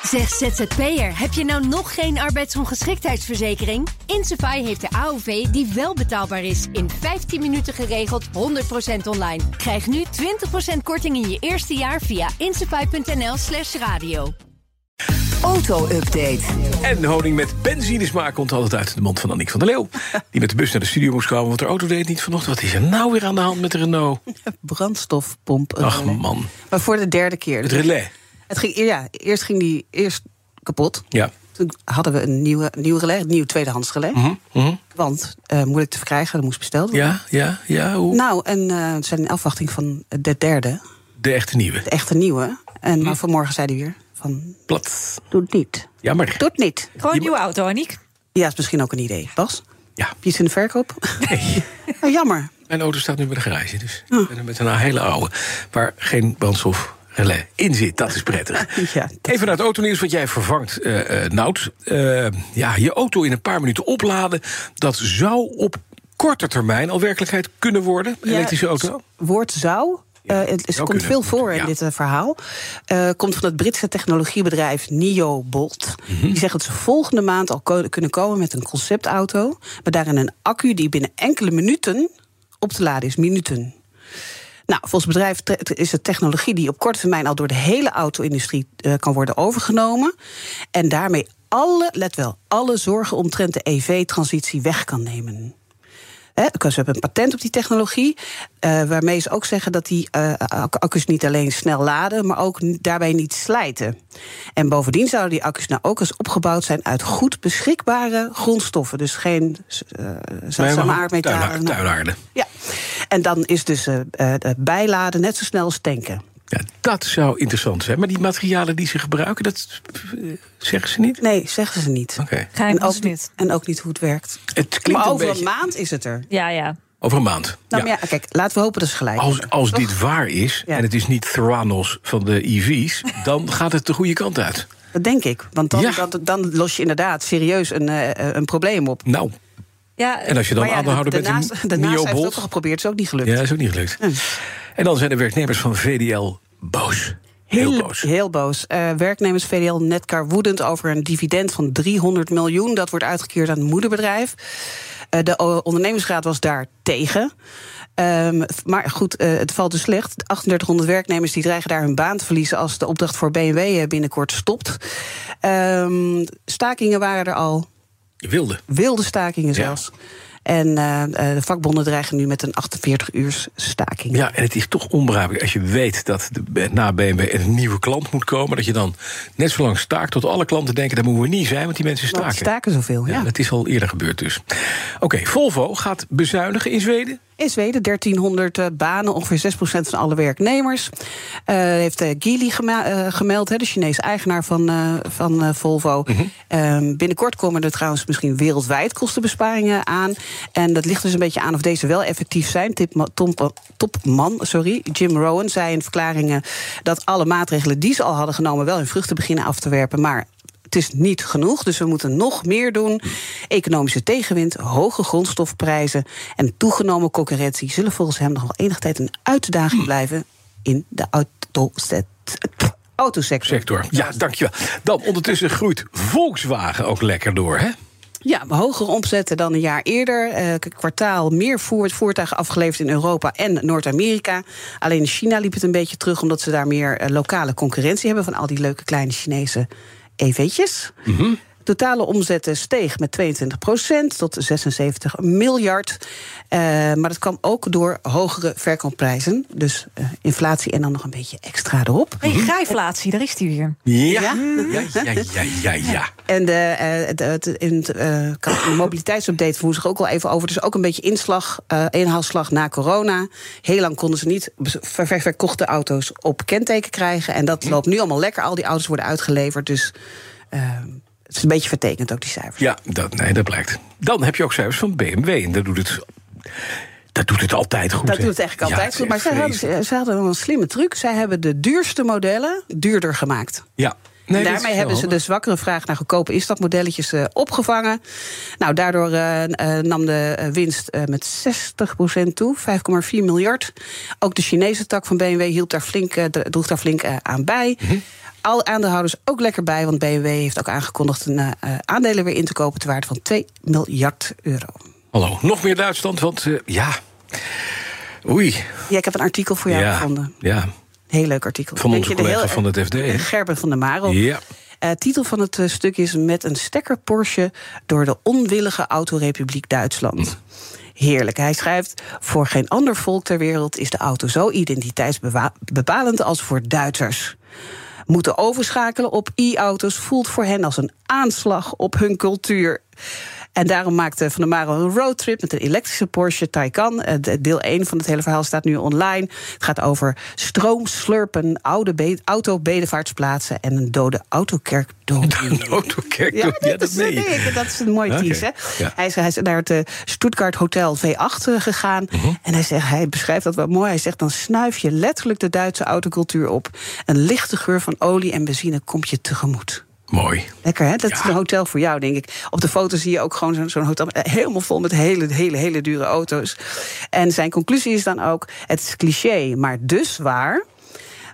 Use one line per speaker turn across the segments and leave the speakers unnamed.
Zeg ZZP'er, heb je nou nog geen arbeidsongeschiktheidsverzekering? Insafai heeft de AOV die wel betaalbaar is. In 15 minuten geregeld, 100% online. Krijg nu 20% korting in je eerste jaar via insafai.nl slash radio.
Auto-update.
En honing met benzinesmaak komt altijd uit de mond van Annick van der Leeuw. Die met de bus naar de studio moest komen, want haar auto deed niet vanochtend. Wat is er nou weer aan de hand met de Renault?
Brandstofpomp.
Ach
relais.
man,
Maar voor de derde keer. Dus
het relais.
Het ging, ja, eerst ging die eerst kapot.
Ja.
Toen hadden we een nieuwe, nieuw relais, een nieuw tweedehands relais.
Mhm, mhm.
Want eh, moeilijk te verkrijgen, dat moest besteld worden.
Ja, ja, ja. Hoe?
Nou, en eh, we zijn in afwachting van de derde,
De echte nieuwe.
de echte nieuwe.
Mhm.
En maar vanmorgen zei hij weer van,
Plat.
doe het niet.
Jammer.
Doe het niet.
Gewoon een nieuwe auto, Aniek.
Ja, is misschien ook een idee. Bas,
Ja.
je is in de verkoop?
Nee.
Oh, jammer.
Mijn auto staat nu bij de garage, dus
Oh.
ik ben er met een hele oude... waar geen brandstofrelais in zit. Dat is prettig.
Ja, dat-
Even naar het autonieuws, wat jij vervangt, eh eh, Nout. Eh, ja, je auto in een paar minuten opladen... dat zou op korte termijn al werkelijkheid kunnen worden. Elektrische auto.
Het woord zou. eh, het is-
zou
komt
kunnen.
veel voor in
Ja.
dit eh, verhaal. Eh, komt van het Britse technologiebedrijf Niobolt.
Mhm.
Die zeggen dat ze volgende maand al ko- kunnen komen met een conceptauto. Maar daarin een accu die binnen enkele minuten op te laden is. Minuten. Nou, volgens het bedrijf tre- tre- is het technologie die op korte termijn al door de hele auto-industrie eh, kan worden overgenomen. En daarmee alle, let wel, alle zorgen omtrent de EV-transitie weg kan nemen. Hè, Ze hebben een patent op die technologie. eh, waarmee ze ook zeggen dat die eh, accu- accu's niet alleen snel laden, maar ook n- daarbij niet slijten. En bovendien zouden die accu's nou ook eens opgebouwd zijn uit goed beschikbare grondstoffen. Dus geen eh zeldzame aardmetalen.
Tuinaarden. tuinaarden.
Ja, en dan is dus eh, eh, eh, bijladen net zo snel als tanken.
Ja, dat zou interessant zijn. Maar die materialen die ze gebruiken, dat eh, zeggen ze niet?
Nee, zeggen ze niet.
Oké.
Ga ik
En,
naar
ook,
Smit.
en ook niet hoe het werkt.
Het klinkt
maar
een
over een,
beetje...
maand is het er.
Ja, ja.
Over een maand.
Nou,
ja.
maar ja, kijk, laten we hopen dat ze gelijk
Als,
hebben.
als
Toch?
dit waar is,
Ja.
en het is niet Theranos van de EV's... dan gaat het de goede kant uit.
Dat denk ik. Want dan,
Ja.
dan, dan los je inderdaad serieus een, eh, eh, een probleem op.
Nou,
ja
en als je dan
Maar ja,
aandeelhouder bent
daarnaast,
in
daarnaast heeft het ook al
Niobolt...
geprobeerd, is ook niet gelukt.
Ja, is ook niet gelukt. En dan zijn de werknemers van VDL boos. Heel
Heel-
boos.
Heel boos. Eh, werknemers VDL Netcar woedend over een dividend van 300 miljoen. Dat wordt uitgekeerd aan het moederbedrijf. Eh, de o- ondernemingsraad was daar tegen. Ehm, f- maar goed, eh, het valt dus slecht. De 3800 werknemers die dreigen daar hun baan te verliezen... als de opdracht voor BMW eh, binnenkort stopt. Ehm, stakingen waren er al.
Wilde.
Wilde stakingen
Ja.
zelfs. En eh, eh, de vakbonden dreigen nu met een 48 uur staking.
Ja, en het is toch onbegrijpelijk als je weet dat de, na BMW een nieuwe klant moet komen... dat je dan net zo lang staakt tot alle klanten denken... dat moeten we niet zijn, want die mensen
Want
staken.
staken zoveel,
Ja,
ja.
dat is al eerder gebeurd dus. Oké, Volvo gaat bezuinigen in Zweden.
In Zweden 1300 eh, banen, ongeveer 6% van alle werknemers. Eh, heeft eh, Geely gema- eh, gemeld, hè, de Chinese eigenaar van, eh, van eh, Volvo. Ehm, binnenkort komen er trouwens misschien wereldwijd kostenbesparingen aan. En dat ligt dus een beetje aan of deze wel effectief zijn. Tipma- Tompa- topman sorry, Jim Rowan zei in verklaringen dat alle maatregelen die ze al hadden genomen wel hun vruchten beginnen af te werpen. Maar het is niet genoeg, dus we moeten nog meer doen. Economische tegenwind, hoge grondstofprijzen en toegenomen concurrentie zullen volgens hem nog wel enige tijd een uitdaging blijven in de autoset- autosector.
Sector. Ja, dankjewel. Dan ondertussen groeit Volkswagen ook lekker door, hè?
Ja, hogere omzetten dan een jaar eerder. Eh, k- kwartaal meer voer- voertuigen afgeleverd in Europa en Noord-Amerika. Alleen in China liep het een beetje terug, omdat ze daar meer eh, lokale concurrentie hebben van al die leuke kleine Chinese EV'tjes. Totale omzetten steeg met 22 tot 76 miljard. Eh, maar dat kwam ook door hogere verkoopprijzen. Dus eh, inflatie en dan nog een beetje extra erop.
Mhm.
Hey, grijflatie, daar is die weer.
Ja, ja, ja, ja, ja. ja,
En de, eh, het- het- in het eh, kan- de mobiliteitsupdate woensdag ook al even over. Dus ook een beetje inslag, eh, inhaalslag na corona. Heel lang konden ze niet bez- ver, ver- verkochte auto's op kenteken krijgen. En
Mm.
dat loopt nu allemaal lekker. Al die auto's worden uitgeleverd. Dus eh, het is een beetje vertekend ook, die cijfers.
Ja, dat, nee, dat blijkt. Dan heb je ook cijfers van BMW. En dat doet het, dat doet het altijd goed.
Dat
hè?
doet het eigenlijk
Ja, het
altijd
is
goed. Maar
echt
zij hadden,
vreselijk.
ze hadden wel een slimme truc. Zij hebben de duurste modellen duurder gemaakt.
Ja, Nee,
En
dat is wel
daarmee hebben ze
handig.
de zwakkere vraag naar goedkope instapmodelletjes eh, opgevangen. Nou, daardoor eh, eh, nam de eh, winst eh, met 60% toe, 5,4 miljard. Ook de Chinese tak van BMW hielp daar flink, eh, dro- droeg daar flink eh, aan bij.
Mhm.
Al aandeelhouders ook lekker bij, want BMW heeft ook aangekondigd een eh, eh, aandelen weer in te kopen ter waarde van 2 miljard euro.
Hallo, nog meer Duitsland, want eh, ja. Oei.
Ja, ik heb een artikel voor jou
ja,
gevonden.
ja,
Heel leuk artikel.
van
Denk
onze
je er
collega
heel-
van het FD. hè?
Gerben van der Marel.
E. Ja.
Eh, titel van het eh, stuk is Met een stekker Porsche door de onwillige Autorepubliek
Mm.
Duitsland. Heerlijk. Hij schrijft: Voor geen ander volk ter wereld is de auto zo identiteitsbepalend als voor Duitsers. Moeten overschakelen op e-auto's voelt voor hen als een aanslag op hun cultuur. En daarom maakte Van der Marel een roadtrip met een elektrische Porsche Taycan. Eh, de- Deel 1 van het hele verhaal staat nu online. Het gaat over stroomslurpen, oude be- autobedevaartsplaatsen... en een dode autokerk door.
Autokerk,
Ja, dat, is,
meen je.
nee, dat is een mooie
Oké,
tease. Hè?
ja.
Hij, is, hij is naar het eh, Stuttgart Hotel V8 gegaan.
Mhm.
En hij, zegt, hij beschrijft dat wel mooi. Hij zegt, dan snuif je letterlijk de Duitse autocultuur op. Een lichte geur van olie en benzine komt je tegemoet.
Mooi.
Lekker, hè? Dat is
Ja.
een hotel voor jou, denk ik. Op de foto zie je ook gewoon zo'n zo'n hotel... eh, helemaal vol met hele, hele, hele dure auto's. En zijn conclusie is dan ook... het is cliché, maar dus waar...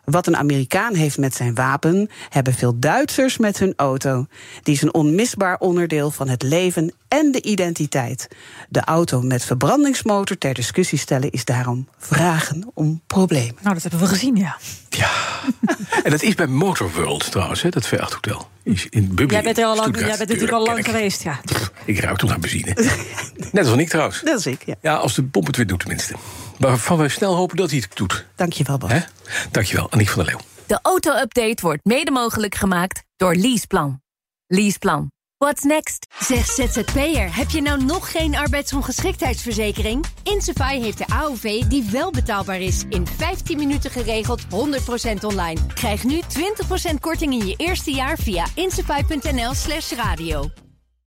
Wat een Amerikaan heeft met zijn wapen, hebben veel Duitsers met hun auto. Die is een onmisbaar onderdeel van het leven en de identiteit. De auto met verbrandingsmotor ter discussie stellen is daarom vragen om problemen.
Nou, dat hebben we gezien, ja.
Ja. en dat is bij Motorworld trouwens, hè, dat V8 Hotel. Is In Bubli,
Jij bent er al lang, jij
Stuttgart.
bent
Tuurlijk,
natuurlijk al lang
ken ik.
geweest, ja.
Ik ruik toch naar benzine. Net als ik trouwens.
Dat is ik, ja.
Ja, als de pomp het weer doet tenminste. Waarvan wij snel hopen dat hij het doet.
Dankjewel, Bas.
Hè? Dankjewel, Aniek van der Leeuw.
De auto-update wordt mede mogelijk gemaakt door Leaseplan. Leaseplan. What's next?
Zeg ZZP'er, heb je nou nog geen arbeidsongeschiktheidsverzekering? Insafai heeft de AOV die wel betaalbaar is. In 15 minuten geregeld, 100% online. Krijg nu 20% korting in je eerste jaar via insafai.nl slash radio.